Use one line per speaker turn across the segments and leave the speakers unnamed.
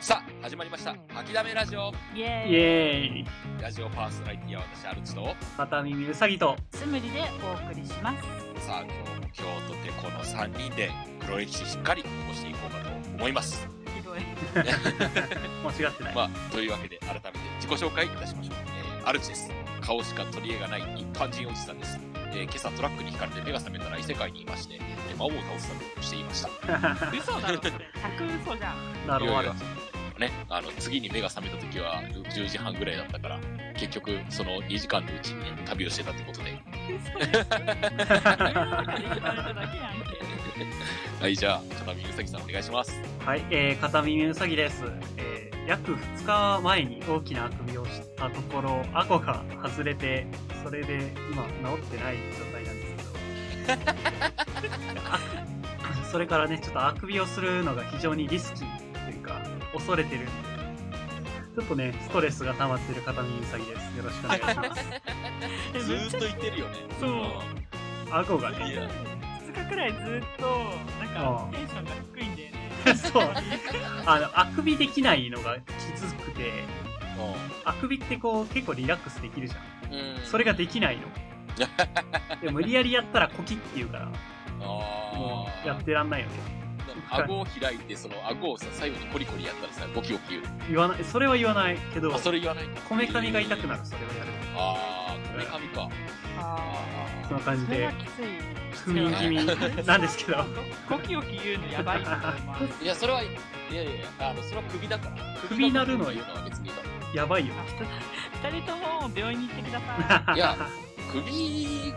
さあ始まりました「諦めラジオ
イエーイ
イエーイ」
ラジオパーソナリティは私アルチと
片耳うさぎと
つむりでお送りします
さあ今日も京都でこの3人で黒歴史しっかり残していこうかと思います
ひどい
間違ってない、
まあというわけで改めて自己紹介いたしましょう、えー、アルチです顔しか取り柄がない一般人おじさんです、えー今朝トラックにひかれて目が覚めたら異世界にいまして、えー魔王を倒すためをしていま した
嘘だろそ れ100嘘じゃん
なるほ
い
ど
やいやね、あの次に目が覚めた時は10時半ぐらいだったから結局その2時間のうちに、ね、旅をしてたってことではい、じゃあ、片見うさぎさんお願いします。
はい、えー、片耳うさぎです、えー、約2日前に大きなあくびをしたところ顎が外れてそれで今治ってない状態なんですけどあ それからねちょっとあくびをするのが非常にリスキーというか恐れてるんでちょっとねストレスが溜まってる片耳うさぎですよろしくお願いします
え
ず
めっ
ー
ち
っ
ゃ
と言ってるよね。
そう
顎がね
いや
2日くらいずっとなんかテンションが低いんだよね
そう。あの、あくびできないのがきつくて、あくびってこう結構リラックスできるじゃ
うん
ん。それができないの。 で無理やりやったらコキって言うから、も
あ
うや
あ
っ。てらんないよね。
顎を開いて、その顎をさ、最後にコリコリやったらさ、ゴキゴキ言う。
言わない、それは言わないけど
あ、、それ言わないんだ
こめかみが痛くなる、それをやる。
ああ、こめかみか。
そんな
あ
感じ
それ
で
は、きつい
不眠気味なんですけど。
ゴキゴキ言うのやばい と思います
ーいや、それは、いやいやいや、あの、それは首だから。
首になるのは
言うのは別にいいか
やばいよ。
2人とも病院に行ってくださ
いや首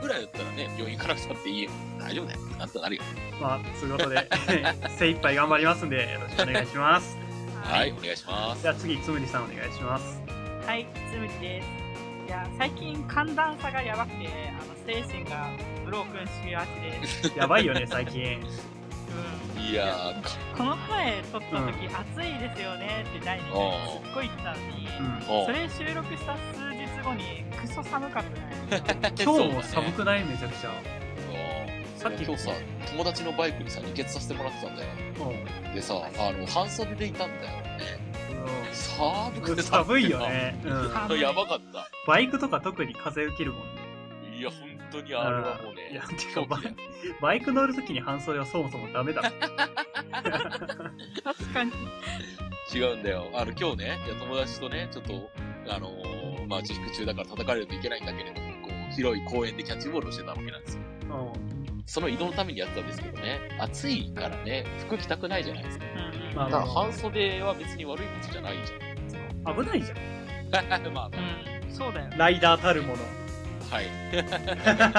ぐらいだったらね、病院行かなくたっていいよ。大丈夫だよ。なんとなるよ。
まあ、そういうことで、 精一杯頑張りますんで、よろしくお願いします。
い
はい、お願いします。
じゃあ次、つむりさんお願いします。
はい、つむりです。いや、最近寒暖差がやばくて、あの精神がブロークンしがちです。
やばいよね、最近。
う
いやー、か
ん、この前撮った時、暑いですよねって第2回すっごい言ってたのに、
うん。
も
それ収録した数日後にクソ寒かったね。
今日も寒くないめちゃくちゃ。
さっ
さっ
き
き
今日さ友達のバイクにさ二血させてもらってたんだよ
うん
でさあの半袖でいたんだよ 寒くて
寒いよね、うん、
寒
やばかった
バイクとか特に風受けるもんね
いや本当にあれはもうね
いやて
狂
か
気
バ
だよ
イバイク乗るときに半袖はそもそもダメだ
確かに。
違うんだよあの今日ねいや友達とねちょっとあのーまあ自粛中だから叩かれるといけないんだけれどもこう広い公園でキャッチボールをしてたわけなんですよ
うん
その移動のためにやってたんですけどね暑いからね服着たくないじゃないですか
うんうん
まあ
だから半袖は別に悪いことじゃないじ
危ないじゃん
ゃんまあ
うん、そうだよ。
ライダーたるもの
はい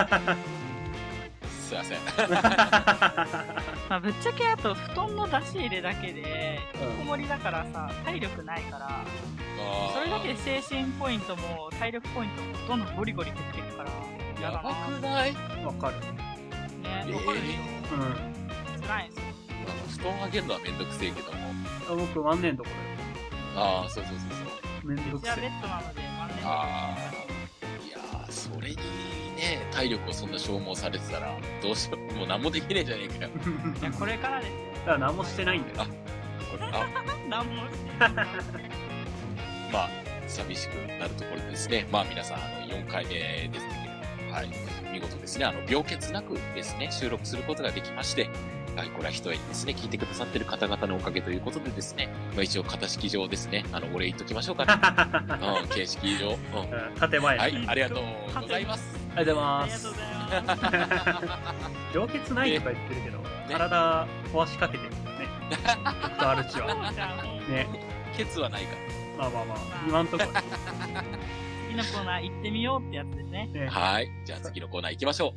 すいません
まあ、ぶっちゃけあと、布団の出し入れだけで、
う
こ
ん
もりだからさ、体力ないから、それだけで精神ポイントも体力ポイントもどんどんゴリゴリ減っていくから
や
やだ
ば
な
くない
わかる
ねわかるでし
う
ょ
ん
辛いですよ
あの布団あげるのはめんどくせえけども。
あ僕万年どこ
ああ、そうそうそうそう。
ろよめんど
う
く
ちは
せ
ベ
え
ッドなので万年
ああ。いやー、それにね、体力をそんな消耗されてたら、どうしよう。もう何もできねえじゃねえかよ。
いやこれからですよ
だから何もしてないんだよ
これあ、
何もして
まあ、寂しくなるところですね。まあ皆さん、あの、4回目ですけれども、はい。見事ですね、あの、病欠なくですね、収録することができまして、はい、これは一重にですね、聞いてくださってる方々のおかげということでですね、まあ一応、形式上ですね、あの、お礼言っときましょう かね。うん、形式上。うん。
うん建前、
は
あり
い、ありがとうございます。
がとうござい
あ
ま
りがとうご
す
ざいます
氷結ないとか言ってるけど、体壊しかけてるんだよね僕とアル チは
そうじゃんもう
ね
ケツはないか
まあまあまあ今んとこ
次のコーナー行ってみようってやつですね
ね
ら。はい。じゃあ次のコーナー行きましょ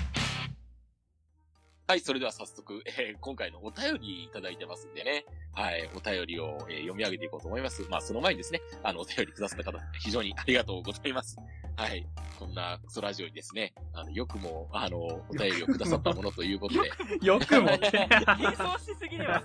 う。はい、それでは早速、えー今回のお便りいただいてますんでね。はい、お便りを、えー読み上げていこうと思います。まあ、その前にですね、あの、お便りくださった方、非常にありがとうございます。はい、こんなクソラジオにですね、あの、よくも、あの、お便りをくださったものということで、
よくもって。
変装しすぎでは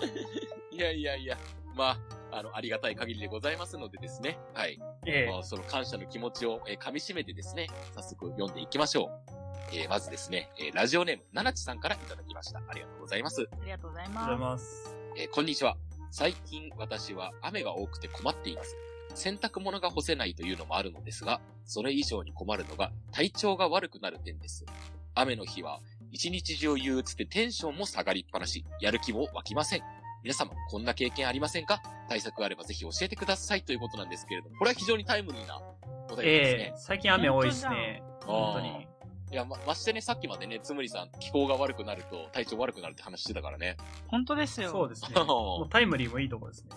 する
いやいやいや、まあ、あの、ありがたい限りでございますのでですね。はい。
え
まあその感謝の気持ちを、えー噛み締めてですね、早速読んでいきましょう。えーまずですね、えーラジオネーム、ななちさんからいただきました。ありがとうございます。
ありがとうござい
ありがとうござい
ま
ます。
えーこんにちは。最近私は雨が多くて困っています。洗濯物が干せないというのもあるのですが、それ以上に困るのが体調が悪くなる点です。雨の日は一日中憂鬱でテンションも下がりっぱなし、やる気も湧きません。皆様、こんな経験ありませんか対策があればぜひ教えてくださいということなんですけれども、これは非常にタイムリーなお便りです
ええ
ね。
最近雨多いですね。本当に。
いやま、ましてね、さっきまでね、つむりさん、気候が悪くなると体調悪くなるって話してたからね。
す。 本当ですよ。
そ うですね。もうタイムリーもいいとこですね。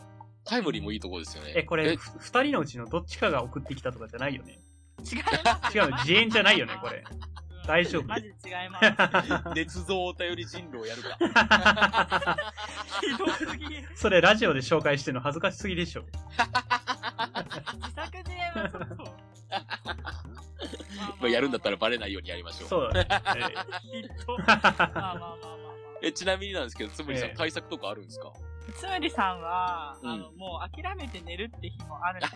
タイムリーもいいとこですよね。
え、これ、ふ二人のうちのどっちかが送ってきたとかじゃないよね。
違います
違う、自演じゃないよね、これ。大丈夫
マジで違います。
熱造お便り人狼をやるか。
ひどすぎ。
それ、ラジオで紹介してるの恥ずかしすぎでしょ。
自作自演はちょっ と。ま
まあ、やるんだったらバレないようにやりましょう。
そうだね。
きっ と。まあまあまあまあまあ。
えちなみになんですけど、つむりさ
え
ん、
え
対策とかあるんですか
つむりさんは、
うん
あの、もう諦めて寝るって日もあるんです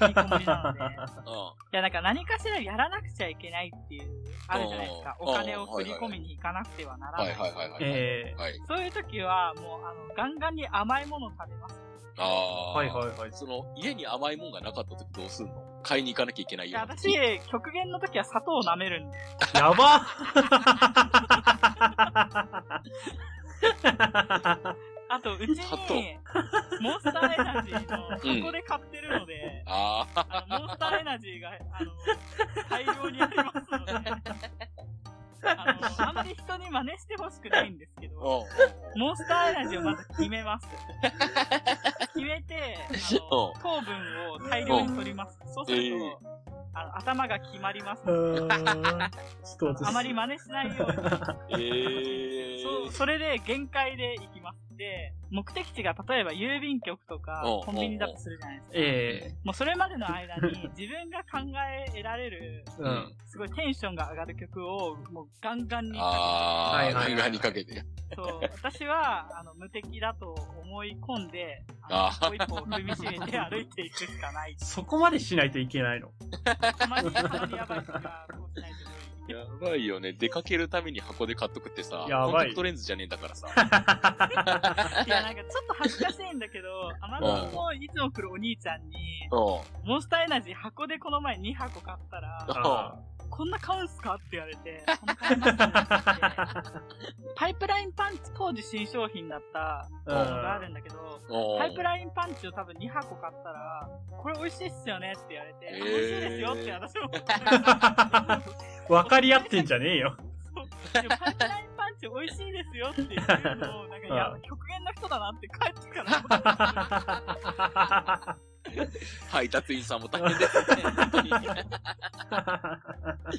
けど、引きこもりなので。
うん。
いや、なんか何かしらやらなくちゃいけないっていう、あるじゃないですか。
うんうん
お金を振り込みに行かなくてはなら
は
ないい。
はいはいはい。
ええ
はい。
そういう時は、もう、あの、ガンガンに甘いものを食べます。
ああ。
はいはいはい。
その、家に甘いもんがなかった時どうすんの買いに行かなきゃいけない
い
よ
や、
うな。
私、極限の時は砂糖を舐めるんで。
やば
あと、うちに、
砂糖
モンスターエナジー
う
の
ん
箱で買ってるので、
ああ。
あの、モンスターエナジーが、あの、大量にありますので、あの、あんまり人に真似してほしくないんですけ
うん
ど、
うん
モンスターエナジーをまず決めます。決めて、あの糖分を大量に取ります。そうすると、
ええ
あの頭が決まります。
うーんストーツ
あまり真似しないように。
ええ。
そうそれで限界で行きます。で、目的地が例えば郵便局とか
おう
コンビニだとするじゃないですか。
え
もうそれまでの間に自分が考え得られる、
えうん。
すごいテンションが上がる曲をもうガンガンに
あ
か
は
あ。
いはい
漫
はい
画にかけて。
けて、そう、私はあの無敵だと思い込んで、
あ
あの一歩一歩踏みしめて歩いていくしかない。
そこまでしないといけないの。
たまに、たまにやばいとか、そうしないと無理。
やばいよね。出かけるために箱で買っとくってさ、
やばい
コンタクトレンズじゃねえんだ からさ。
いや、なんかちょっと恥ずかしいんだけど、あまりもいつも来るお兄ちゃんに、
うん。
モンスターエナジー箱でこの前2箱買ったら、
あ
こんな買うんすかって言われて、こんな買います って言ってパイプラインパンチ、当時新商品だったものがあるんだけど、
うん
パイプラインパンチを多分2箱買ったら、これ美味しいっすよねって言われて、
へ
あ
ー
美味しいですよって私も思って。
分かり合ってんじゃねえよ。
でもパイプラインパンチ美味しいですよっていうのを、なんか、いや
う、
極限の人だなって帰ってから。
配達員さんも大変ですね。本 当に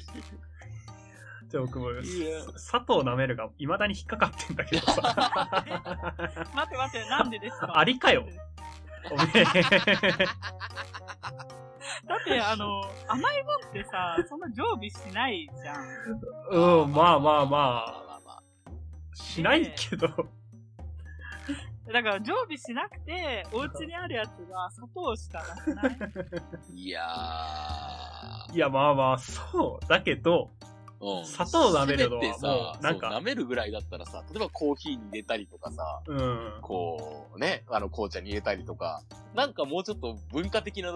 じゃあ僕も
いや、
佐藤舐めるが未だに引っかかってんだけど さ。
待って待って、なんでですか
ありかよおめえ
だって、あの、甘いもんってさ、そんな常備しないじゃん。
うん、まあま
ま
あ
あまあ
ま
まあ。
あ、しないけど。
だから、常備しなくて、お家にあるやつが砂糖しかなくない。
いやー。
いや、まあまあ、そう。だけど、
うん
砂糖舐めるのは
せめてさ
もうなんか
そう舐めるぐらいだったらさ、例えばコーヒーに入れたりとかさ、
うん。
こうね、あの紅茶に入れたりとか、なんかもうちょっと文化的な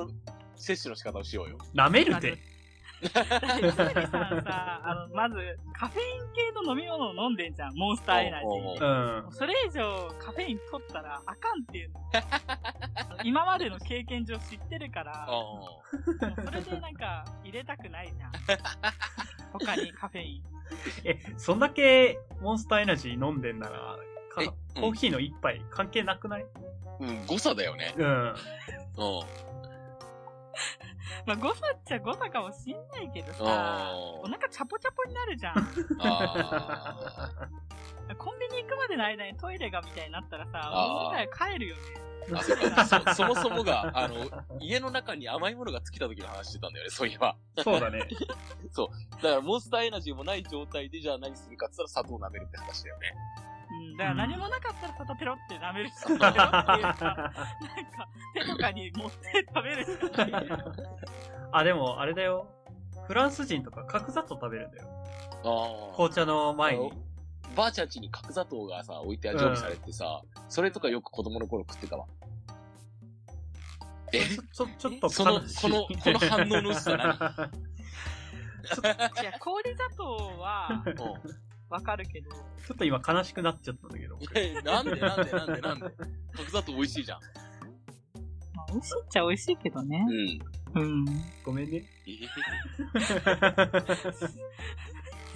摂取の仕方をしようよ。
舐める
だっ
て。
て、つむりさんさ、あの、まず、カフェイン系の飲み物を飲んでんじゃん、モンスターエナジ
おうおうお
ー
う。
うん。
それ以上カフェイン取ったらあかん っていうのを今までの経験上知ってるから、
う
もうそれでなんか入れたくないじゃん。他にカフェイン。
え、そんだけモンスターエナジー飲んでんなら、か
えうん
コーヒーの一杯関係なくない
んうん。うん、誤差だよね。
うん。
うん。
まあ誤差っちゃ誤差かもしんないけど
うん
さ、お腹チャポチャポになるじゃん。
あ
コンビニ行くまでの間にトイレがみたいになったらさ、
あ
もう
ー
一回帰るよね。
ーあそっかそそもそもが、あの、家の中に甘いものが尽きた時の話してたんだよね、そういえば。
そうだね。
だからモンスターエナジーもない状態で、じゃあ何するかって言ったら砂糖舐めるって話だよね。
うん。だから何もなかったらただペロって舐めるしかないよっていうか、なんか手とかに持って食べるしかない。
あ、でも、あれだよ。フランス人とか角砂糖食べるんだよ。
ああ。
紅茶の前に。
ばあちゃん家に角砂糖がさ、置いて常備されてさ、それとかよく子供の頃食ってたわ。え
ちょ、ちょっと
その
悲しい
このこの反応の薄さ何
いや、氷砂糖は
う
わかるけど、
ちょっと今悲しくなっちゃったんだけど。
んえなんでなんでなんでなんで角砂糖美味しいじゃん。
まあ、美味しいっちゃ美味しいけどね
う。ん。
うん。
ごめんね。
えへへ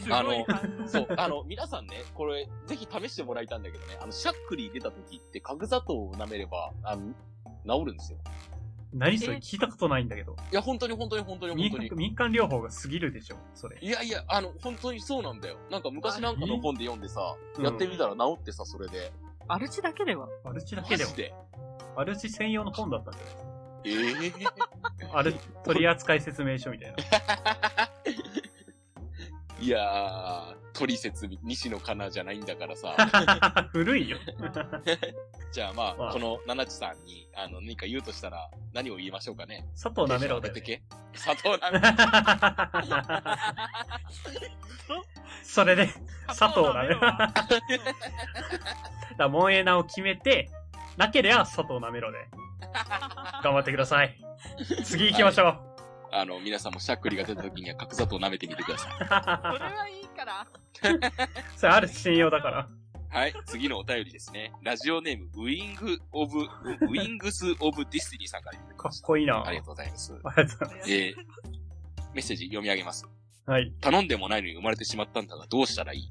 すごい感動。
そう、あの、皆さんね、これ、ぜひ試してもらいたいんだけどね、あの、しゃっくり出た時って、角砂糖を舐めれば、あの、治るんですよ。
何それ
え
聞いたことないんだけど。
いや、本当に本当に本当に
民
本当
間
に。
民間療法が過ぎるでしょ、それ。
いやいや、あの、本当にそうなんだよ。なんか昔なんかの本で読んでさ、
うん
やってみたら治ってさ、それで。
アルチだけでは。
アルチだ
マ
けでも
ジ。で。
アルチ専用の本だったんじゃないです
ええ
か。アル取扱説明書みたいな。
いやー、取説、西野かなじゃないんだから さ。
古いよ。
じゃあま
ま
あ、
あ
この七地さんに、あの、何か言うとしたら、何を言いましょうかね。
佐藤なめろ
テ
だ
ンション上げて
よ、ね。
け。砂糖舐め ろ。
それで、佐藤だ
砂糖舐
ね
めろは
だモンエナを決めて、なければ佐藤なめろで。頑張ってく ださい。次行きましょう。
あの、皆さんもしゃっくりが出た時には角砂糖舐めてみてください。
それはいいから。
それアルチ専用だから。
はい、次のお便りですね。ラジオネーム、ウィング・オ ブ、ウィングス・オブ・ディスティニーさんからいただき
か
ま
っ
した。
こいいな。
ありがとうございます。
ありがとうござい
えー、メッセージ読み上げます。
ます。はい。
頼んでもないのに生まれてしまったんだが、どうしたらいい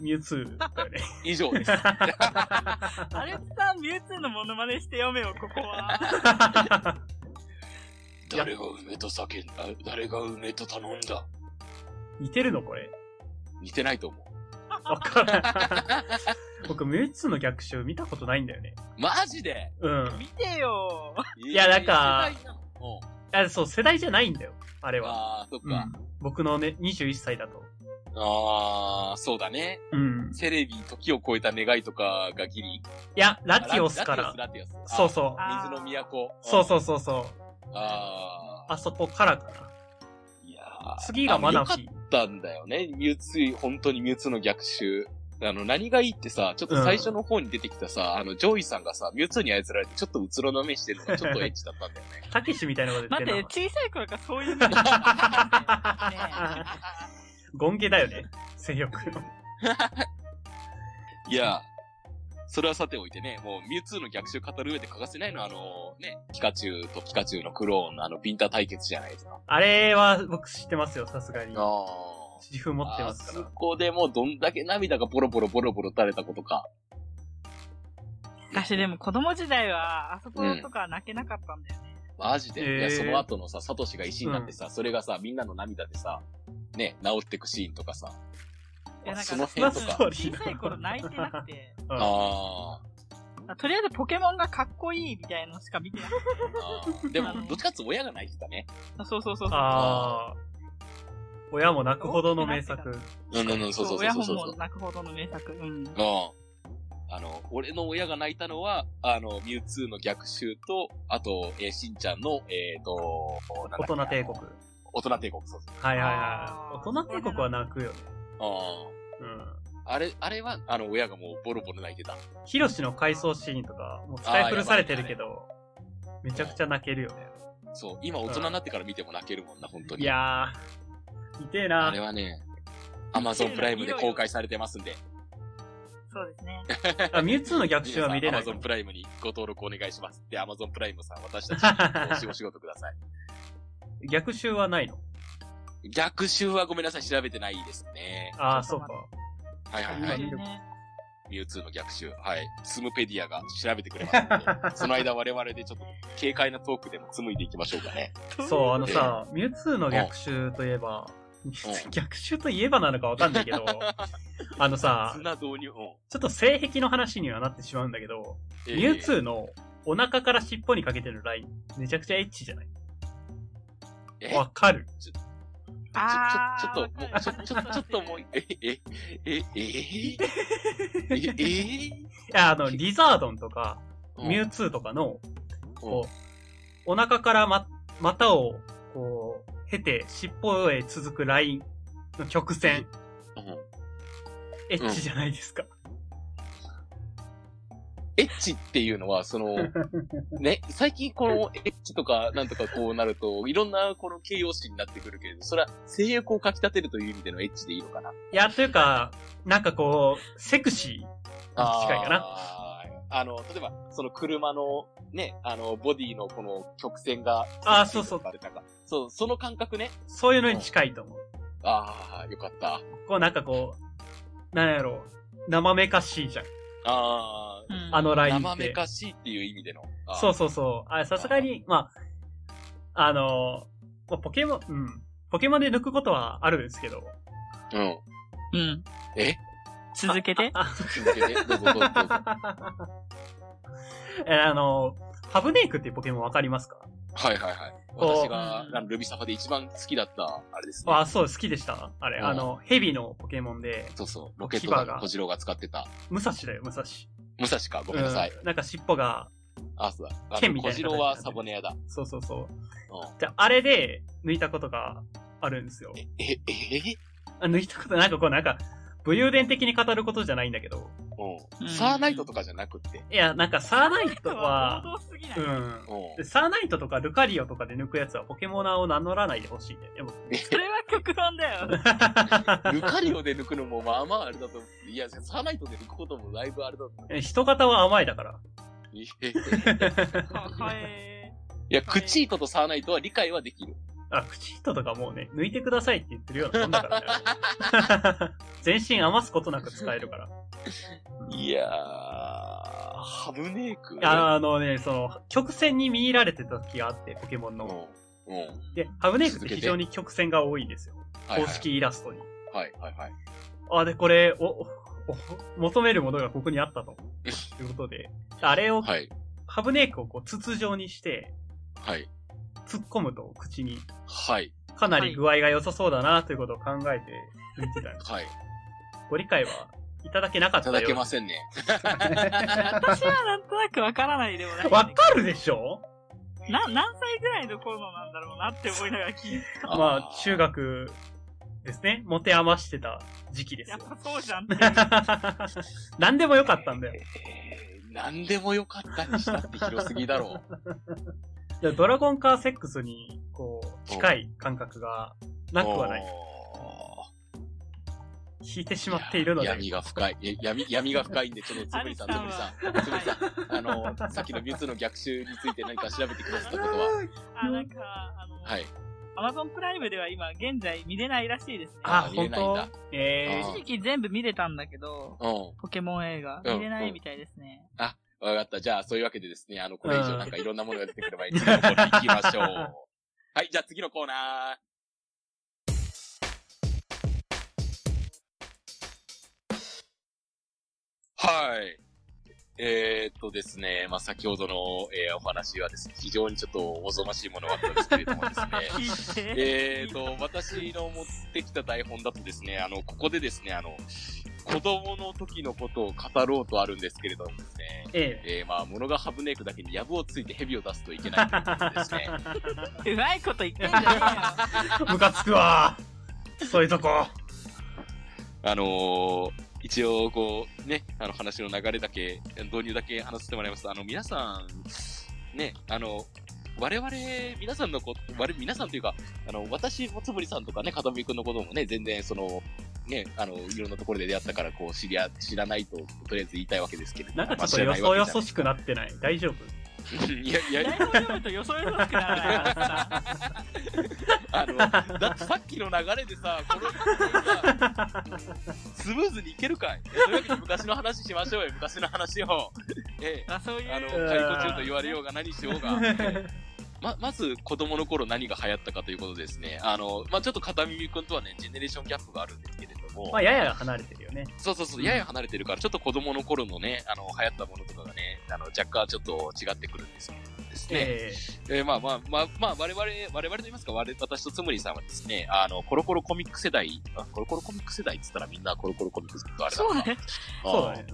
ミュウツーだよね。
以上です。
アルチさん、ミュウツーのモノマネして読めよ、ここは。
誰が梅と叫んだ誰が梅と頼んだ
似てるのこれ。
似てないと思う。
わからない。僕、ミュウツーの逆襲見たことないんだよね。
マジで
うん。
見てよ。
い
やなんか
世代なのうん。
あそう、世代じゃないんだよ。あれは。
あー、そっ
う
か
ん。、僕のね、21歳だと。
あー、そうだね。
うん。
テレビ、時を超えた願いとかがギリ。
いや、ラティオスか
ラ
ら。
ラティオス、ラティオス。
そうそう。
あ
水の都。
そうそうそうそう。
うん。ああ。
あそこからかな。
いやー
次がマナフ
あの
ィ
よ。かったんだよね。ミュウツー、本当にミュウツーの逆襲。あの、何がいいってさ、ちょっと最初の方に出てきたさ、あの、ジョイさんがさ、ミュウツーに操られて、ちょっとうつろな目してるのがちょっとエッチだったんだよね。
たけしみたいなこと言っ
待
て
っ
る
て、
な。
小さい頃からそういう目で。ね
ゴンゲだよね。性欲の。
いやーそれはさておいてね、もうミュウツーの逆襲語る上で欠かせないのは、あの、ね、ピカチュウとピカチュウのクローンのあの、ビンタ対決じゃないですか。
あれは僕知ってますよ、さすがに。
あ
自負持ってます
あ
か
そこでもうどんだけ涙がボロボロボロボロ垂れたことか。
私でも子供時代は、あそことか泣けなかったんだよね。
マジで、
えー
いや、その後のさ、サトシが石になってさ、それがさ、みんなの涙でさ、ね、治ってくシーンとかさ。
いや、なん
その
か、
辺と
そんなス
か。
トーリ ー
小さい頃泣いてなくて、
ら。うん
あ
とりあえずポケモンがかっこいいみたいのしか見てなかっ
ーあー。でも、どっちかっていうと親が泣いてたね。
た。そうそうそうそう。
ああ。親も泣くほどの名作。
うんうんうん、そうそうそうそうそう
親も泣くほどの名作。う
う
ん。
ん。あの、俺の親が泣いたのは、あの、ミュウツーの逆襲と、あと、えー、しんちゃんの、えっ、と、なんだ
大
っけ
人帝国。。
大人帝国、そうそう。
はいはい
あ
は
ー
い。大人帝国は泣くよね。
あ
うん。
あ。あれ、あれは、あの、親がもうボロボロ泣いてた。
ヒロシの回想シーンとか、もう使い古されてるけど、めちゃくちゃ泣けるよね。
そう、今大人になってから見ても泣けるもんな、本当に。
いやー、痛えな
あれ。はね、アマゾンプライムで公開されてますんで、
そうですね。
あミュウツーの逆襲は見れ
ア
な
マ
い
ゾ。ンプライムにご登録お願いします。で、アマゾンプライムさん、私たちに投資お仕事ください。
逆襲はないの
逆襲はごめんなさい、調べてないですね。
ああ、そうか。
はいはいは
は
そう
い
い。
ですね
ミュウツーの逆襲。はい。スムペディアが調べてくれます ので、その間我々でちょっと軽快なトークでも紡いでいきましょうかね。
そう、あのさ、ミュウツーの逆襲といえば、逆襲といえばなのかわかんないけ ど、あのさ、
綱導入。うん
ちょっと性癖の話にはなってしまうんだけど、
え
ミュウツ
ー
ーのお腹から尻尾にかけてるライン、めちゃくちゃエッチじゃない
え
わかる。
あー
ちょ、ちょ、
わ
ち
か
ょっと、もう
る
ちょ、ちょ、ちょっともう、え、え、え、え、え、え、え、
や、あの、リザードンとか、
うん
ミュウツーとかの、
うん
こう、お腹からま、股を、こう、経て、尻尾へ続くラインの曲線、
うん
エッチじゃないですか。
エッチっていうのは、そ の、ね、最近このエッチとかなんとかこうなると、いろんなこの形容詞になってくるけれど、それは性欲をかき立てるという意味でのエッチでいいのかない
や、というか、なんかこう、セクシーに近いかな。
あーあの、例えば、その車のね、あの、ボディのこの曲線が、
あーそうそう
あれだかそう、その感覚ね。
そういうのに近いと思う。
ああ、よかった。
こう、なんかこう、なんやろう、生めかしいじゃん。
ああ、
あのラインって。
生めかしいっていう意味での。あー
そうそうそう。あ、さすがに、まあ、あの、まあポケモン、うん。ポケモンで抜くことはあるんですけど。
うん。
うん。
え
続けて。
あ
続けて、どうぞどうぞどうぞ。
えあの、ハブネークっていうポケモンわかりますか
はいはいはい。
こう
私が、あのルビサファで一番好きだった、あれですね。
あ、そう、好きでした。あれ、
うん
あの、ヘビのポケモンで、
そうそう。ロケット
牙が
が、小次郎が使ってた。
武蔵だよ、武蔵。
武蔵か、ごめんなさい。
うんなんか尻尾が、
あ、そうだ。あ
剣
の
みた
小
いな
次郎はサボネアだ。
そうそうそう。
う
じゃあ、あれで抜いたことがあるんですよ。
ん。え、え、え
あ抜いたこと、なんかこう、なんか、武勇伝的に語ることじゃないんだけど。
う。
うんん
サーナイトとかじゃなくって。
いや、なんかサーナイトは、
王道すぎない。
うん
う。ん
で。サーナイトとかルカリオとかで抜くやつはポケモナーを名乗らないでほしいんだよね。僕
それは極論だ よ。
ルカリオで抜くのもまあまああれだと、いや、サーナイトで抜くこともだいぶあれだと。
え人型は甘い だから。
いやい
かかえ
や、クチートとサーナイトは理解はできる。
あ、クチットとかもうね、抜いてくださいって言ってるようなもんだか らね。全身余すことなく使えるから。
いやー、ハブネーク。
ああのね、その、曲線に見入られてた時があって、ポケモンの。
うん。うん。
で、ハブネイクっ
続
て
けて
非常に曲線が多いんですよ。
はいはい
公式イラストに。
はいはいはい。
あ、で、これ、お、 おお求めるものがここにあったと。ということで、あれを、
はい。
ハブネイクをこう筒状にして、
はい。
突っ込むと口に、
はい。
かなり具合が良さそうだなということを考えて抜いてたんです。
はい。
ご理解はいただけなかっ
い
た
た
よ。
だけませんね。
私はなんとなくわからないでもない。
わかるでしょ
な、何歳ぐらいの頃なんだろうなって思いながら聞いてた。
まあ、中
学。
学ですね。持て余してた時期です
やっ
よ。
ぱそうじゃ んって。
何でもよかったんだよ。
えー何でもよかったにしたって広すぎだろう。
でドラゴンカーセックスに、こう、近い感覚がなくはない。
お
引いてし
ー。
まっているので。
闇が深い。え闇、闇が深いんで、ちょっとつぶりさん、つぶりさん、つぶりさん、あの、さっきのビューツの逆襲について何か調べてくださったこと は、
あ、なんか、あの、
はい。
アマゾンプライムでは今現在見れないらしいですね。
あ、
見れ
本
ないん
当
だ
え
あ
一時期全部見れたんだけど、
うん。
ポケモン映画。
うん
見れないみたいですね。
わかった。じゃあ、そういうわけでですね、あの、これ以上なんかいろんなものが出てくればいいん ですけど、これ行きましょう。はい、じゃあ次のコーナー。はい。えー、っとですね、まあ、先ほどの、えーお話はですね、非常にちょっとおぞましいものがあったんですけれどもですね。
聞いて。
えーと、私の持ってきた台本だとですね、あの、ここでですね、あの、子供の時のことを語ろうとあるんですけれどもですね、
え ええ。
えー、まあ、物がハブネークだけにヤブをついて蛇を出すといけないということですね。
うまいこと言ってんじゃね
ムカつくわ。そういうとこ。
あのー一応、こう、ね、あの話の流れだけ、導入だけ話してもらいますと、あの、皆さん、ね、あの、我々、皆さんのこと、我々、皆さんというか、あの、私もつぶりさんとかね、かたみくんのこともね、全然、その、ね、あの、いろんなところで出会ったから、こう、知り合、知らないと、とりあえず言いたいわけですけれども。
なんかち
ま
ょっとよ
あ
そよそ。
知
しくなってない。大丈夫
らないわけじゃないいや
え
い
よ。
や、
台本読むと予想よそしくならないからさ。
あの、だってさっきの流れでさ、この、このさスムーズにいけるかいいやそういうわけで昔の話しましょうよ、昔の話を。ええ、
あ、そうい
あの、
う。
解雇中と言われようが何しようが。ええま、まず、子供の頃何が流行ったかということですね。あの、まあ、ちょっと片耳くんとはね、ジェネレーションギャップがあるんですけれども
まあ、、やや離れてるよね。
そうそうそう、やや離れてるから、ちょっと子供の頃のね、あの、流行ったものとかがね、あの、若干ちょっと違ってくるんですけどですね、
え
えーまあまあ、まあ、まあ、我々、我々と言いますか、我々私とつむりさんはですね、あの、コロコロコミック世代、あコロコロコミック世代って言ったらみんなコロコロコミックとあれだな
そうね。
ーそうだね。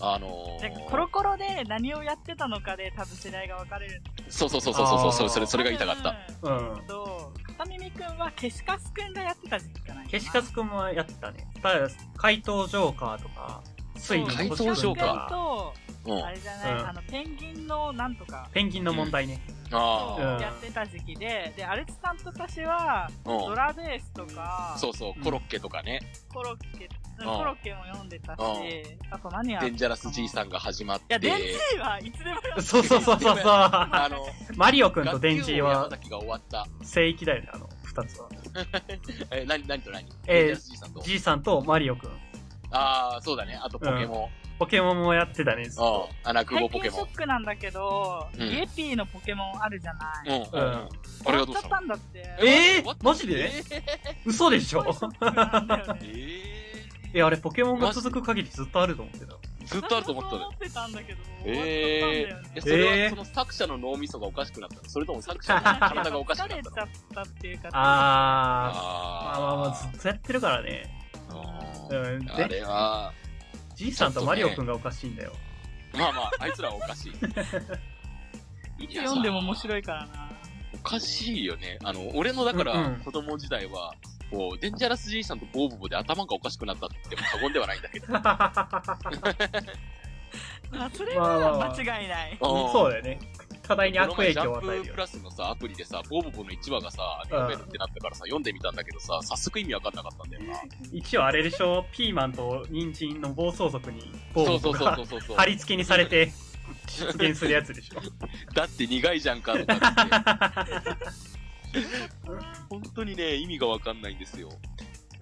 あの
なん
ー
かコロコロで何をやってたのかで多分世代が分かれるんだ
そうそうそうそうそうそう、
あー
それ、それが言いたかった。。
う
うんん。と、片耳くんはケシカスくんがやってた時期かな。
消しカスくんもやってたね。ただ、怪盗ジョーカーとか、ついに
怪盗ジョーカう
ケシカスくん
ん。
と、あ
あ
れじゃない、
うん
あの、ペンギンのなんとか。
ペンギンの問題ね。
を
あ
うん
やってた時期で、で、アレツさんと私は、
ー、う
ド
ん。
ラベースとか、
そうそうう、
ん
コロッケとかね、
コロッケ、
ん
コロッケも読んでたし、あと何や
デ
い
ンジャラス G さんが始まっ
や、
て、
デンジーはいつでも読んで
そうそうそうそうそう。
あの、
マリオくんとデンジー
山
は
崎が終わった。
聖域だよね、あの、二つは。
え、何、何と何
えー
デンジャラス G さんと。
じいさんとマリオくん。
ああ、そうだね。あとポケモン。
ポケモンもやってたね。ずっ
あ
と
あ、穴久保
最
ポケ
近シ
モ
ョ
ン。
ックなんだけど、
うん
イエピーのポケモンあるじゃない。
うん。
うん
あれがどう
終
し
わっちゃ
た
っ
の
たんだって。
え
終わっ
ー、マジで
えー
嘘でし
すごい
ょ
ショックなんだよね
え
え、あれポケモンが続く限りずっとあると思ってた。
ーずっとあると思った
ず
の
と思ってたんだけど、
え
終わっちゃったんだよ
え
ね。
それ
え
は
ー
その作者の脳みそがおかしくなったのそれとも作 者の体がおかしくなっ
疲れ
た
ち
の
ゃったっていうか、
あー。まあまあま
あ
あ、ずっとやってるからね。
あ
う
ー
ん。
あ
で、
れは
じいさんとマリオくんがおかしいんだよ。
まあまああいつらはお かしい
いつ読んでも面白いからな。
おかしいよねあの俺のだか
うんう
ら
ん
子供時代はこうデンジャラス爺さんとボーボボで頭がおかしくなったって言っても過言ではないんだけど
まあ、それ
まあまあま
は
あ
間違いない。
そうだよね。多大に悪影響を
この前
与
ジャン
える
プ
よ
プ。ラスのさ、アプリでさ、ボーボボの1話がさ、アニメってなったからさ、読んでみたんだけどさ、早速意味わかんなかったんだよな。
一応あれでしょ、ピーマンと人参の暴走族に、暴
そうそ
走
う
が
そうそうそう。
貼り付けにされて、出現するやつでしょ。
だって苦いじゃんかとかって。本当にね、意味がわかんないんですよ。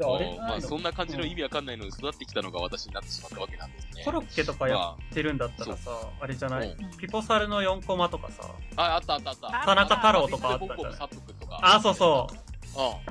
あれ
まあ、そんな感じの
うん
意味わかんないので育ってきたのが私になってしまったわけなんですね。
コロッケとかや
ま
ってるんだったらさ、あれじゃ
あ、
な
う
い
ん
ピポサルの4コマとかさ、
あ、あったあったあった。
田中太郎とかあったんじゃ
ボッ
な
コ
い
サップとか。
あ、そうそう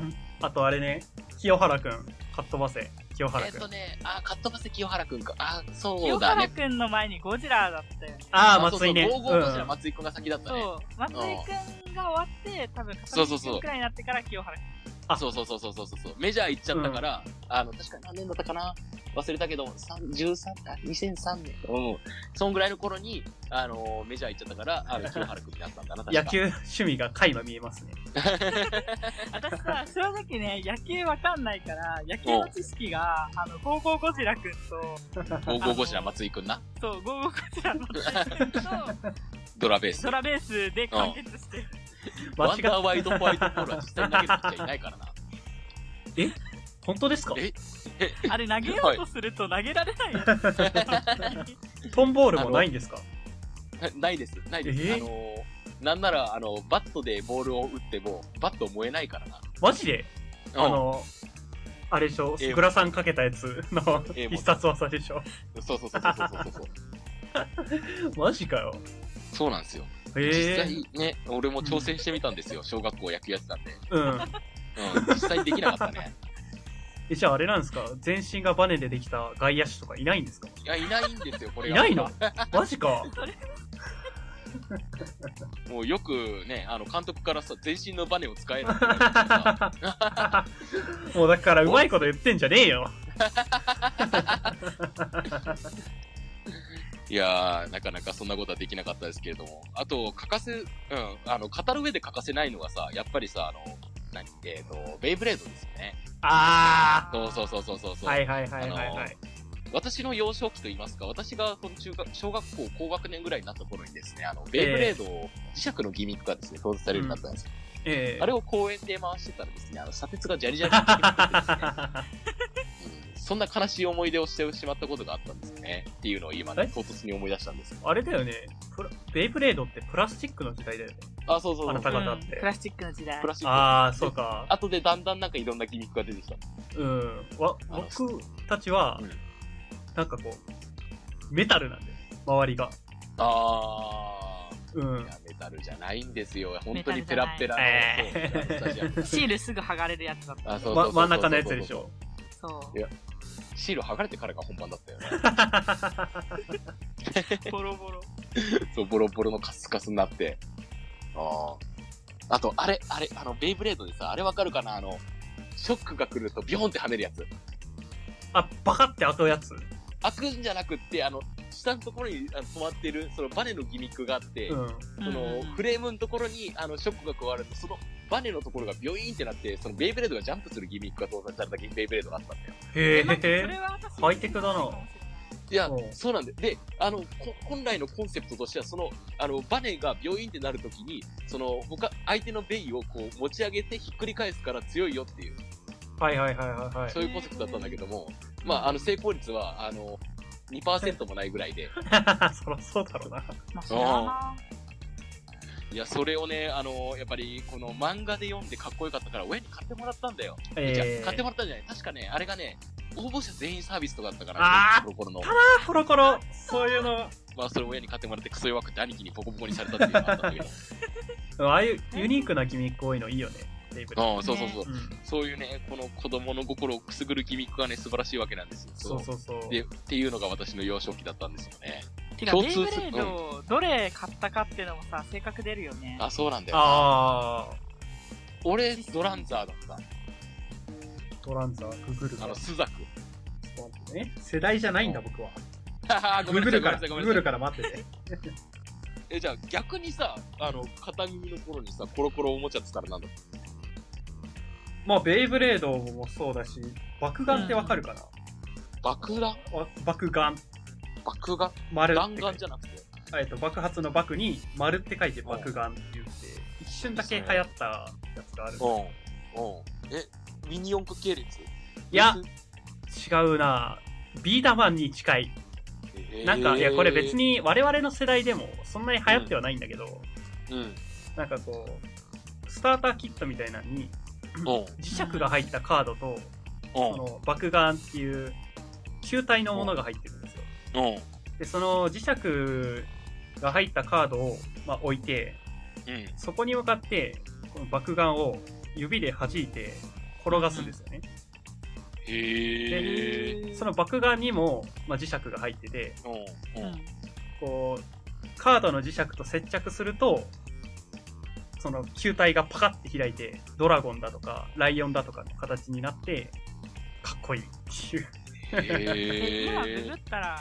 う。。
う
あとあれね、清原くん、かっ飛ばせ、清
ん。え
原
っ
くん。
とね、あ、カットバセ清原くんか。あ、そ
清
うだ
原
ね。
くんの前にゴジラだったよね。
ああ、
そう
松
そう
井ね。
ゴーゴーゴジラ
うん
松井くんが先だったね。
そう、松井くんが終わって、多分、
そうそうそう
くらいになってから清原くん。
あ
そうそうそうそうそうそう。メジャー行っちゃったから、あの、確かに何年だったかな忘れたけど、3 13あ、2003年。うん。そんぐらいの頃に、あのーメジャー行っちゃったから、あの、清原くんになったんだな、確か
野球趣味が垣間見えますね。
私さ、正直ね、 野球わかんないから、野球の知識が、あの、ゴーゴーゴジラくんと、
ゴーゴーゴジラ松井くん な。
そう、ゴーゴーゴジラのくんと、
ドラベース
ド。ラベースで完結してる。
間
ワ
違
ン
っ
ダ
た
ー。ワイドホワイトボールは実際に投げるピッチャーいないからな。
本当ですか
え
あれ投げようとすると投げられないよ。
トンボールもないんですか
ないです、ないです。
え
あのーなんなら、あの、バットでボールを打っても、バット燃えないからな。
マジであ
うん
の、あれでしょ、
ええ
グラサンかけたやつの
ええもん
必殺技でしょ。
そうそうそうそうそうそ うそう。
マジかよ。
そうなんですよ。実
ええ
際ね、俺も挑戦してみたんですよ。小学校野球やってたんで。
うん。
うん、実際にできなかった ね。
え、じゃああれなんですか全身がバネでできた外野手とかいないんですか
いや、いないんですよ、これ
い
が。
ないのマ ジか。
もうよくね、あの、監督からさ、全身のバネを使えないって言われて さ
もうだからうまいこと言ってんじゃねえよ。
いやー、なかなかそんなことはできなかったですけれども。あと、欠かせ、うん、あの、語る上で欠かせないのがさ、やっぱりさ、あの、何えっ、と、ベイブレードですよね。
あ
そうそうそうそうそうそう。
はいはいはいはいはい。
私の幼少期といいますか、私がその中学、小学校高学年ぐらいになった頃にですね、あの、ベイブレードを磁石のギミックがですね、表示されるようになったんですよ
ええ
あれを公園で回してたらですね、あの、砂鉄がジャリ ジャリに切れてですね、うんそんな悲しい思い出をしてしまったことがあったんですよね。っていうのを今ね、
え
唐突に思い出したんです。
あれだよね。プラベイブレードってプラスチックの時代だよね。
あ、そうそう
あ
そ
な
う。
た方って。
プラスチックの時代
プ。ラスチック。あ
ああ、そうか。
とでだんだんなんかいろんなギミックが出てきた。
うん。わ、
あの
僕たちは
うん、
なんかこう、メタルなんだよ。周りが。
あ
う
ー。い
ん。
や、メタルじゃないんですよ。本当にペラッペラの。
メ
そうペラッペラのス
タル
タ ジアム
シールすぐ剥がれるやつだった。
あそうそうそうそう
ま、真ん中のやつでし ょ。
そう
いや。シール剥がれてからが本番だったよね。
ボロボロ。
そう、ボロボロのカスカスになって。ああと、あれ、あれ、あの、ベイブレードでさ、あれわかるかなあの、ショックが来るとビョンって跳ねるやつ。
あ、バカって開くやつ。
開くんじゃなくって、あの、下のところにあの止まってる、そのバネのギミックがあって、
うん。
その、フレームのところに、あの、ショックが加わると、その、バネのところがビョイーンってなって、そのベイブレードがジャンプするギミックが搭載されたベイブレードがあったんだよ。
へ
待ってそれ
え。
は私
ハイテクだな
いうや
ん、
そうなんで、で、あの、こ本来のコンセプトとしては、その、あの、バネが病院ってなるときに、その、他、相手のベイをこう持ち上げてひっくり返すから強いよっていう、
はいはいはいはいはい。
そういうコンセプトだったんだけども、まあ、あの、成功率は、あの、2%もないぐら いで、
そらそうだろうな。
まあ、それはない
や、それをね、あの、やっぱり、この漫画で読んでかっこよかったから、親に買ってもらったんだよ。じゃあ
え
買って
ー
も、らったんじゃない確かね、あれがね、応募者全員サービスとかあったから、
あー
コロコロの。
コロコロ、そういうの、
まあ、それを親に買ってもらって、クソ弱くて兄貴にボコボコにされたっていうのがあったんだけど。
ああいうユニークなギミック多いのいいよね。レイブル。
うん、そうそうそう。
うん。
そういうね、この子供の心をくすぐるギミックがね、素晴らしいわけなんですよ。
そうそうそう。
で、っていうのが私の幼少期だったんですよね。
てか、ベ
共
イ
通
ブレ
する
ード、どれ買ったかっていうのもさ、性格出るよね。
あ、そうなんだよな。
ああ、
俺、ドランザーだっ
トランザー、ググル
た。あ
か
の、
ら。
スザク。
ちょっと待ってね。世代じゃないんだ、僕は。
ははごめ
グ
んなさ
グ
い、ごめんな
ルから、
さい、
グ
ごめんなさ
グル
い。
から 待ってて。
え、じゃあ逆にさ、あの、片耳の頃にさ、コロコロおもちゃって言ったらなんだ
まあ、ベイブレードもそうだし、爆眼ってわかるかな、
爆弾
わ爆眼、
爆弾
丸っ
弾
て書い
丸
て
じゃなくて。
えっと、爆発の爆に丸って書いて爆眼って言って、一瞬だけ流行ったやつがある。
うん。うん。え、ミニ四駆系列
いや、違うなビーダマンに近い。なんか、いや、これ別。に我々の世代でもそんなに流行ってはないんだけど、
えーうん。
なんかこう、スターターキットみたいなのに、
うん。
磁石が入ったカードと、その爆眼っていう球体のものが入ってるんですよ。
うん。
で、その磁石が入ったカードを、まあ、置いて、
うん。
そこに向かって、この爆眼を指で弾いて転がすんですよね。
へえ。
その爆眼にも、まあ、磁石が入ってて、
うん。うん。
こう、カードの磁石と接着すると、その球体がパカッて開いて、ドラゴンだとか、ライオンだとかの形になって、かっこいいっていう。
で
へ
今ググ
ー
ったら、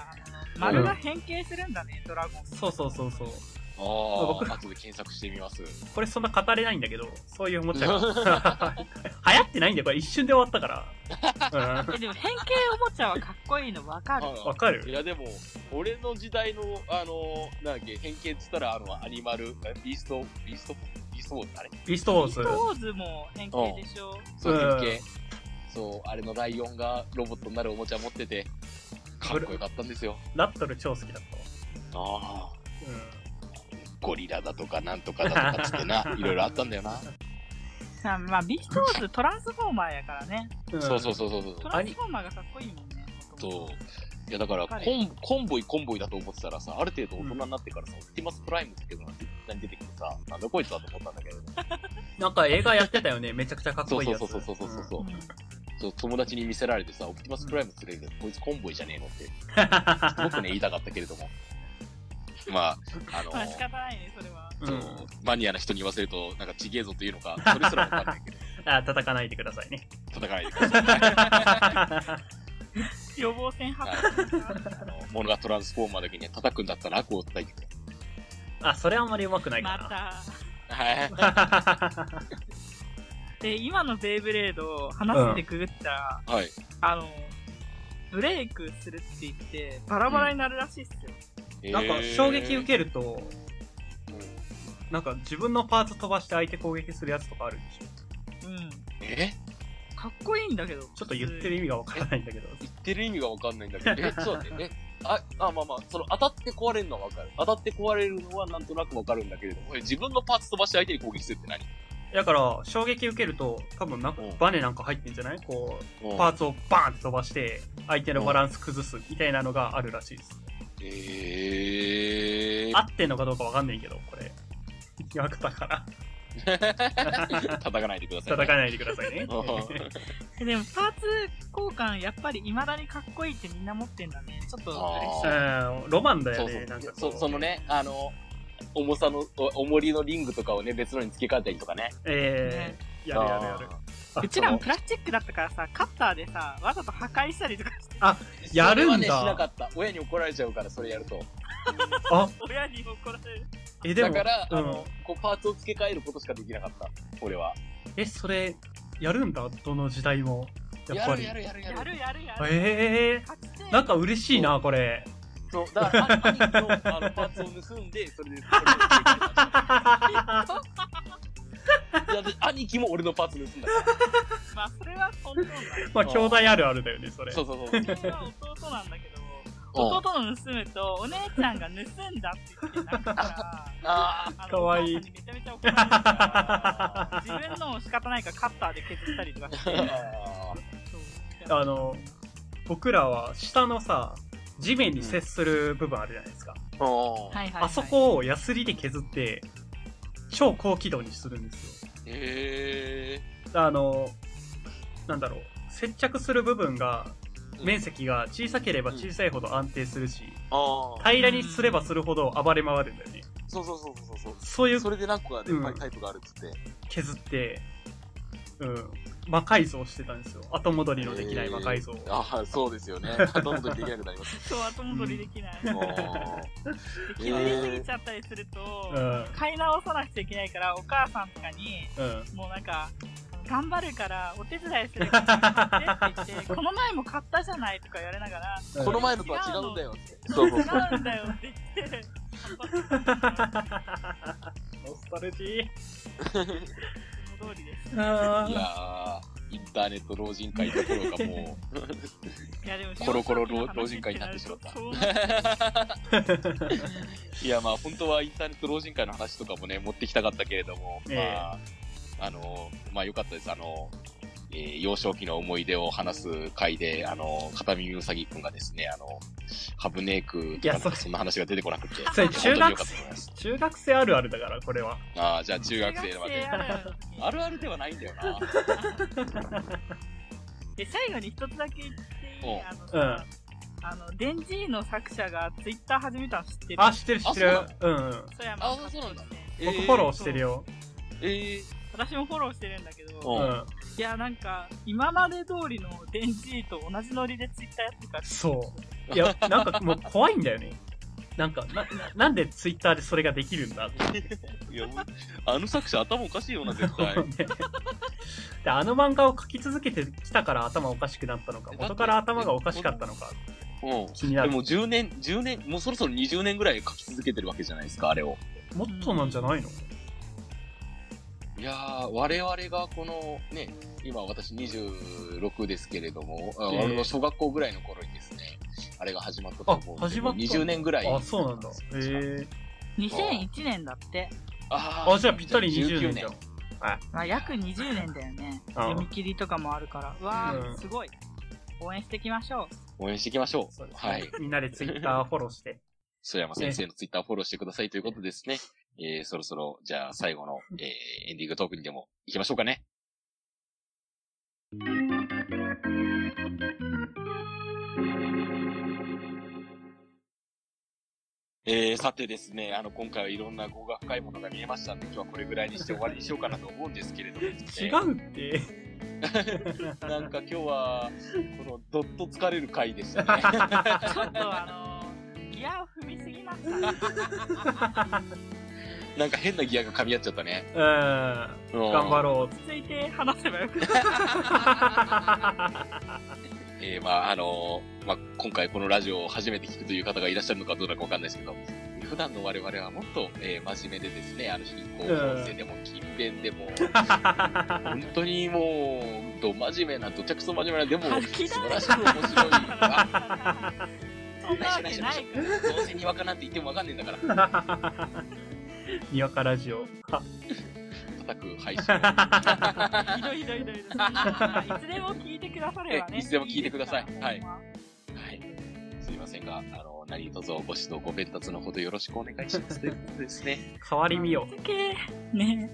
あの丸が変形するんだね、ドラゴン。
そうそうそうそう。
ああ
僕
後で検索してみます。
これそんな語れないんだけど、そういうおもちゃが。 流行ってないんだよ、これ一瞬で終わったから。
え、でも変形おもちゃはかっこいいのわかる。
うん。わか
い
る
やでも、俺の時代の、あの、なんだっけ、変形っつったら、あの、アニマル、えビースト、ビースト、ビーストボールあれ
ビーストウォー
ウ
ズ。
ォーズも変形でしょ。
そう、
うん
変形。そう、あれのライオンがロボットになるおもちゃ持ってて、かっこよかったんですよ。
ラットル超好きだったわ。
ああ。
うん
ゴリラだとか、なんとかだとかっつって な、いろいろあったんだよな。
さあまあ、ビーストウォーズトランスフォーマーやからね。
うん。
そうそうそうそうそう。
トランスフォーマーがかっこいいもんね。元々
そう。いや、だから、
彼
コン、コンボイ、コンボイだと思ってたらさ、ある程度大人になってからさ、オプティマスプライムっていうのが一に出てきてさ、なんだこいつだと思ったんだけど、
なんか映画やってたよね、めちゃくちゃかっ
そ
こ
う
いい
そう
やつ。
そうそうそうそうそう、
うん
そう、友達に見せられてさ、オプティマスプライム連れて、こいつコンボイじゃねえのって、す
う
ご
ん
くね、言いたかったけれども。 まあ、あの
まあ、仕方ないね、それは。
そう
うん
マニアな人に言わせると、なんかちげえぞというのか、それすらわかんないけど、
あ、叩かないでくだ さいね。
戦わないでく ださい。
予防線発表
あの、モノがトランスフォーマーだけには叩くんだったら悪を叩いてくれ。
あ、それあんまり上手くない
ま
か
た。
はい。
な。
で、今のベイブレード、話してくぐったら、
はい。
あの、ブレイクするって言って、バラバラになるらしいっすよ。
なんか衝撃受けると、
ける。
なんか自分のパーツ飛ばして相手攻撃するやつとかあるんでしょ
うん。
え
かっこいいんだけど。
ちょっと言ってる意味がわからないんだけど。
言ってる意味がわかんないんだけど、え、そうだね。え、あ、あ、まあまあ、その、当たって壊れるのはわかる。当たって壊れるのはなんとなくわかるんだけれども、え自分のパーツ飛ばして相手に攻撃するって何
だから、衝撃受けると、多分なんか
うん
バネなんか入ってんじゃないこう、パーツをバーンって飛ばして、相手のバランス崩すみたいなのがあるらしいです。
え
合ってんのかどうかわかんないけど、これ。役だから。
ー、叩かないでください、
叩かないでくださいね。
えでも、パーツ交換、やっぱり未だにかっこいいってみんな持ってんだね。ちょっと嬉しい。
あ
うん、ロマンだ
そ
よ
うそ
ね。なん
う
か
そ
こ
うそのね、あの、重さの、お重りのリングとかをね、別のに付け替えたりとかね。
ええやるやるやる。
うちらもプ
ラ
ラスチックだったからさ、カッターでさ、わざと破壊したりとかして、
あー
やる
それ
んだ
はね、しなかった。親に怒られちゃうから、それやると。
あ、
親に怒られ る。
え、で
だ
も、
から、
うん
あの、こう、パーツを付け替えることしかできなかった。俺は。
え、それ、やるんだどの時代も。やっぱり。
るやる
やるやるやる。
ええ
覚醒
なんか嬉しいな、これ。
そう、だから、兄貴のあのパーツを盗んで、それで、それを付け替え たいやで兄貴も俺のパーツ盗んだか
まあ、それは本当だ。
まあ、兄弟あるあるだよね、そ
ら。
れ。
そうそうそう。
それは弟なんだけ
う
ど、
ん
弟の盗むと、お姉ちゃんが盗んだって言って泣くか ら、
ああ、
あの
かわいい
お母さんにめちゃめちゃ怒られる から、自分のも仕方ないからカッターで削ったりとかして。そう
あの、 僕らは下のさ、地面に接する部分あるじゃないですか。
うん。
はいはいはい
あそこをヤスリで削って、超高軌道にするんですよ。
へ
あの、なんだろう、接着する部分が、
ー
面積が小さければ小さいほど安定するし、
ああ。
平らにすればするほど暴れ回るんだよね。
そうそうそうそうそう。
そういう
それで何個かね、
うん
タイプがあるっつって。
削って、うん、魔改造してたんですよ。後戻りのできない魔改造。
えーああ、そうです よね。後々できなくなります。
そう、後戻りできない。
もう
で気に入りすぎちゃったりする と、
うん、
買い直さなくちゃいけないから、お母さんとかに、
うん。
もうなんか、頑張るからお手伝いする から買ってって言って、この前も買ったじゃないとか言われながら、
この前のとは違うんだよって。そうそうそう。
違うんだよって言っ て、
ノスタルジー。
その通りで
いやー、インターネット老人会どころかも
す。いやでも
コロコロ老老人会になってしまった
そうなんだ
う、いやまあ本当はインターネット老人会の話とかもね、持ってきたかったけれども、
ええ
まあ、あの、まあよかったです。あの、えー幼少期の思い出を話す会で、あの、片耳うさぎくんがですね、あの、ハブネークとかなん
いやそ
かそんな話が出てこなくて、
それ中
本当によ
学
かったと
生
思います。
中学生あるあるだから、これは。
ああ、じゃあ中
中
学
学
生のわけで。
生あるある
あるあるではないんだよな。
で最後に一つだけ言っていい
お
あのさ、あの、デンジーの作者がツイッター始めたの知ってる
あ、知ってる知ってる
あ。
うんうん。
そうやま
あそうなんだ
僕フォローしてるよ。
えー
私もフォローしてるんだけ
う
う
お
ど、
ん
ん。
いや、なんか、今まで通りのデンジーと同じノリでツイッターやってるから、
そう。いや、なんかもう怖いんだよね。なんか、な、なんでツイッターでそれができるんだって。
いや、もうあの作者頭おかしいよな、絶 対。
ねで、あの漫画を描き続けてきたから頭おかしくなったのか、元から頭がおかしかったのか、
うん。
気にな
で
る。
も10年、10年、もうそろそろ20年ぐらい書き続けてるわけじゃないですか、あれを。
もっとなんじゃないの
いやー、我々がこのね、今私26ですけれども、あ
ええ
俺の小学校ぐらいの頃にですね、あれが始まったと思うんで、
あ始まったんだ
20年ぐらい。
あ、そうなんだ。へえ。
2001年だって。
あー
あ、じゃあぴったり20年じゃん。
まあ、約20年だよね。
ああ
読み切りとかもあるから。うわー、
うん
すごい。応援していきまし ょ
応援していきましょう。
そうですね
はい。
みんなでツイッターフォローして。
曽山先生のツイッターフォローしてくださいということですね。えー、そろそろ、じゃあ最後の、えー、エンディングトークにでも行きましょうかね。えー、さてですね、あの、今回はいろんな語が深いものが見えましたんで、今日はこれぐらいにして終わりにしようかなと思うんですけれども、
違
違
うって。
なんか今日は、この、どっと疲れる回でした ね。
う。ちょっとあのー、ギアを踏みすぎましたね。
なんか変なギアが噛み合っちゃったね。
うん。頑
うん
張ろ う。
落ち着いて話せばよくなる。
えー、まあ、あのーまあ、今回このラジオを初めて聞くという方がいらっしゃるのかどうなのかわかんないですけど、普段の我々はもっと、えー真面目でですね、あの、貧困音声でも、近辺でも、本当にもう、ど真面目な、どちゃくそ真面目な、でも、素
吐き
晴
出
らし
し
く面白い。あ
そんなわけないから。
どうせにわかなんて言ってもわかんねえんだから、
にわか ラジオ。
叩く配信を。
ひどいひどいひどいひどい。まあいつでも聞いてくださればね。
えいつでも聞いてください
ですか
は
ら
いはい。すいませんが、あの、何卒ご指導、ご鞭達のほどよろしくお願いします。ということ ですね。
変わりみよ
ぶっちゃけね、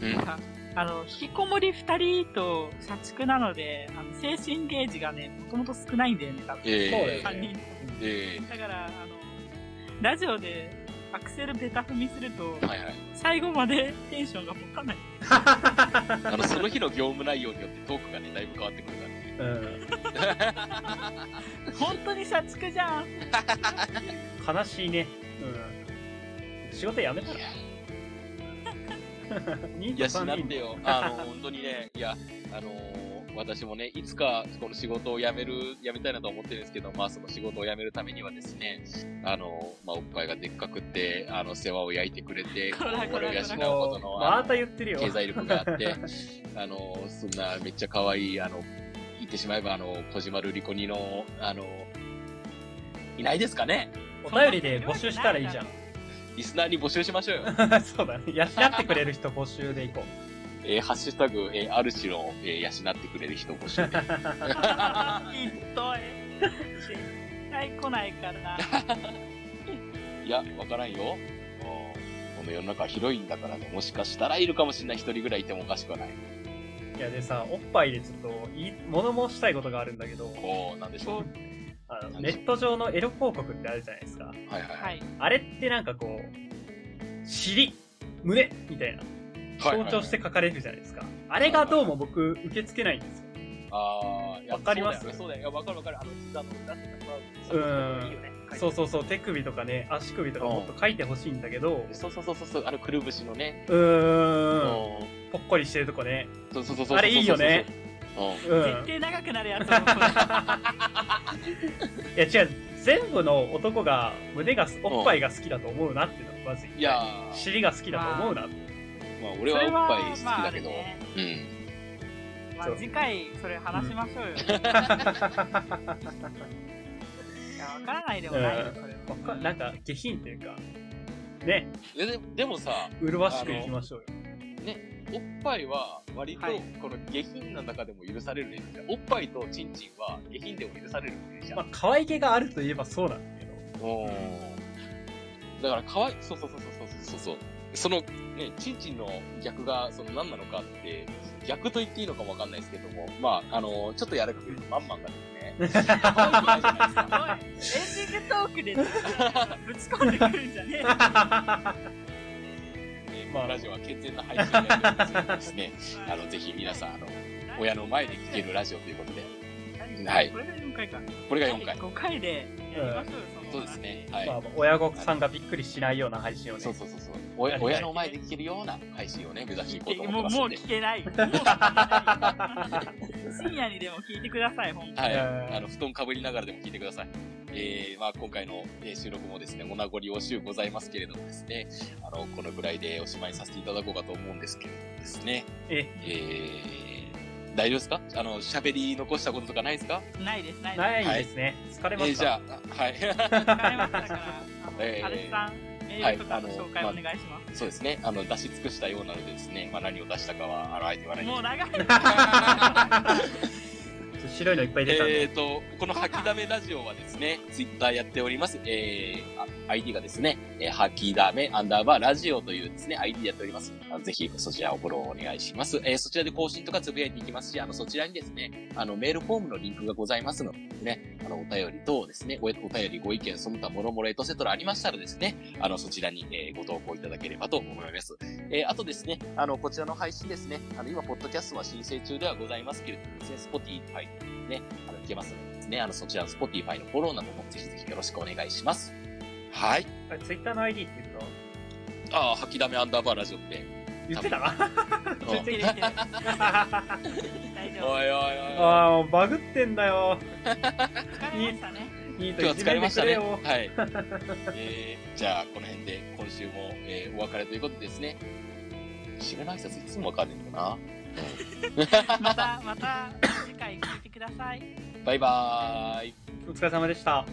うん
なんかあの、引きこもり二人と社畜なので、あの精神ゲージがね、もともと少ないんだよね、多分。
えー
そうだよね
三人
えー
だから、あの、ラジオでアクセルベタ踏みすると、
はいはい。
最後までテンションが持たない。
あの、その日の業務内容によってトークがね、だいぶ変わってくるからね。
うん
本当に社畜じゃん。
悲しいね。うん。仕事辞めたら。2
い
と
や、しな
3
んで
人
よ。あの、本当にね、いや、あのー私もね、いつかこの仕事を辞める、辞めたいなと思ってるんですけど、まあ、その仕事を辞めるためにはですね、あのーまあ、おっぱいがでっかくって、あの、世話を焼いてくれて、
こらこらこ
俺
ら
を養うこ
も
と
う、
の、
ま
あの
た言ってるよ。
経済力があって、あのーそんなめっちゃ可愛い、あの、言ってしまえば、あの、小島瑠璃子にの、あのいないですかね
お便りで募集したらいいじゃん。
リスナーに募集しましょうよ。
そうだね。養ってくれる人募集でいこう。
えーハッシュタグ、えーある種の、えー養ってくれる人募集。
ひっどい。絶対来ないからな。
いや、わからんよ。この世の中広いんだからね、もしかしたらいるかもしれない一人ぐらいいてもおかしくはない。
いやでさ、おっぱいでちょっと言い物申したいことがあるんだけど、
こう、なんでしょう。
あのネット上のエロ広告ってあるじゃないですか。
はいはい
は
はい。
い。
あれってなんかこう、尻、胸みたいな、強調して
か
書かれるじゃないですか。あれがどうも僕、受け付けないんですよ。
あーいや
わかります
そうだよねそうだよ。いやわかるわかる。あの、膝の裏と
う
か
ん
さ、いいよね。書いて
そうそうそう、手首とかね、足首とかもっと書いてほしいんだけど、
そうそうそうそうそう、あの、くるぶしのね。
うーん、
うん
ぽっこりしてるとこね。
そうそうそうそう。
あれいいよね
そうそうそう。
うん。
絶対長くなるやつをこ
いや違う、全部の男が胸が、おっぱいが好きだと思うなっていうのはまず
う
言
ん
い
いやー、
尻が好きだと 思うなって。
まあ、
れ
俺はおっぱい好き
まあ
だ
あ
け
れ
ど。
ね
うん。
ま
そ
あ
う
次回それ話しましょ うよ。いや、わからないでもないよ、それは。
わかなんか下品っていうか、ね、
えででもさ、
麗しくいきましょうよ。
おっぱいは割と
はい
この下品な中でも許されるね。おっぱいとチンチンは下品でも許されるねじゃん
まあ、可愛げがあるといえばそうなんだけど。
だから可愛い、そうそうそうそうそうそうそう。そのね、チンチンの逆がその何なのかって、逆と言っていいのかもわかんないですけども、まあ、あの、ちょっと柔らかく言うとマンマンがです ね。
すごいエンディングトークでぶち込んでくるんじゃねえよ
ね
まあ
ラジオは健全な配信をやっておりますのでですね、 あの、ぜひ皆さん、あの、親の前で聞けるラジオということで、はい
これが4回か。
これが4回。
5回でやりましょうよ、の
そうですね。はい。
まあ、親御さんがびっくりしないような配信をね
そう。そうそうそう。お
やりたい
親の前で聞けるような配信をね、目指していこうと思
も
って
う
ます
も
の
う
で。
聞 けない。もう聞けない深夜にでも聞いてください、本当
は
に。
い。
うん
あの、布団かぶりながらでも聞いてください。えー、まあ今回のえー収録もですね、お名残惜しゅうございますけれどもですね、あの、このぐらいでおしまいにさせていただこうかと思うんですけれどもですね、
え
えー、大丈夫ですかあの、喋り残したこととかないですか
ないです、ないです。
ないですね。疲
え
れまし
ー、じゃ
た。
あ、はい。
疲れましたから、あの
えー
アレスさん、メールとかの紹介お願いしま
そうですね、あの、出し尽くしたようなのでですね、まあ何を出したかは、あの、相手はな
す。
い
もう長い。
白いのいっぱい出たんで。
えー、と、この吐きだめラジオはですね、ツイッターやっております。えー、あ ID がですね、えー、吐きだめアンダーバーラジオというですね、ID やっております。あのぜひそちらをフォローお願いします。えー、そちらで更新とかつぶやいていきますし、あの、そちらにですね、あの、メールフォームのリンクがございますのでね、あの、お便り等ですね、おお便りご意見、その他もろもろエトセトラありましたらですね、あの、そちらに、えーご投稿いただければと思います。えーあとですね、あの、こちらの配信ですね、あの、今、ポッドキャストは申請中ではございますけれどもですね、Spotify ね、あの、聞けますのでですね、あの、そちらの Spotify のフォローなどもぜひぜひよろしくお願いします。はい。
あれツイッターの ID って言うと
ああ、吐きだめアンダーバーラジオって。
言ってた
言ってる言ってる大
おい
丈
おいおいおい。
あー、バグってんだよ。
夫。疲れましたね。
ニー
今
ト
日は
一
疲れ
面
ま
で
し
く
た
れ
ね。
よ。
はい。えー、じゃあ、この辺で今週も、えーお別れということでですね。締めの挨拶いつもわかんねえんだよ
また、また、次回聞いてください。
な。バイバーイ。
お疲れ様でした。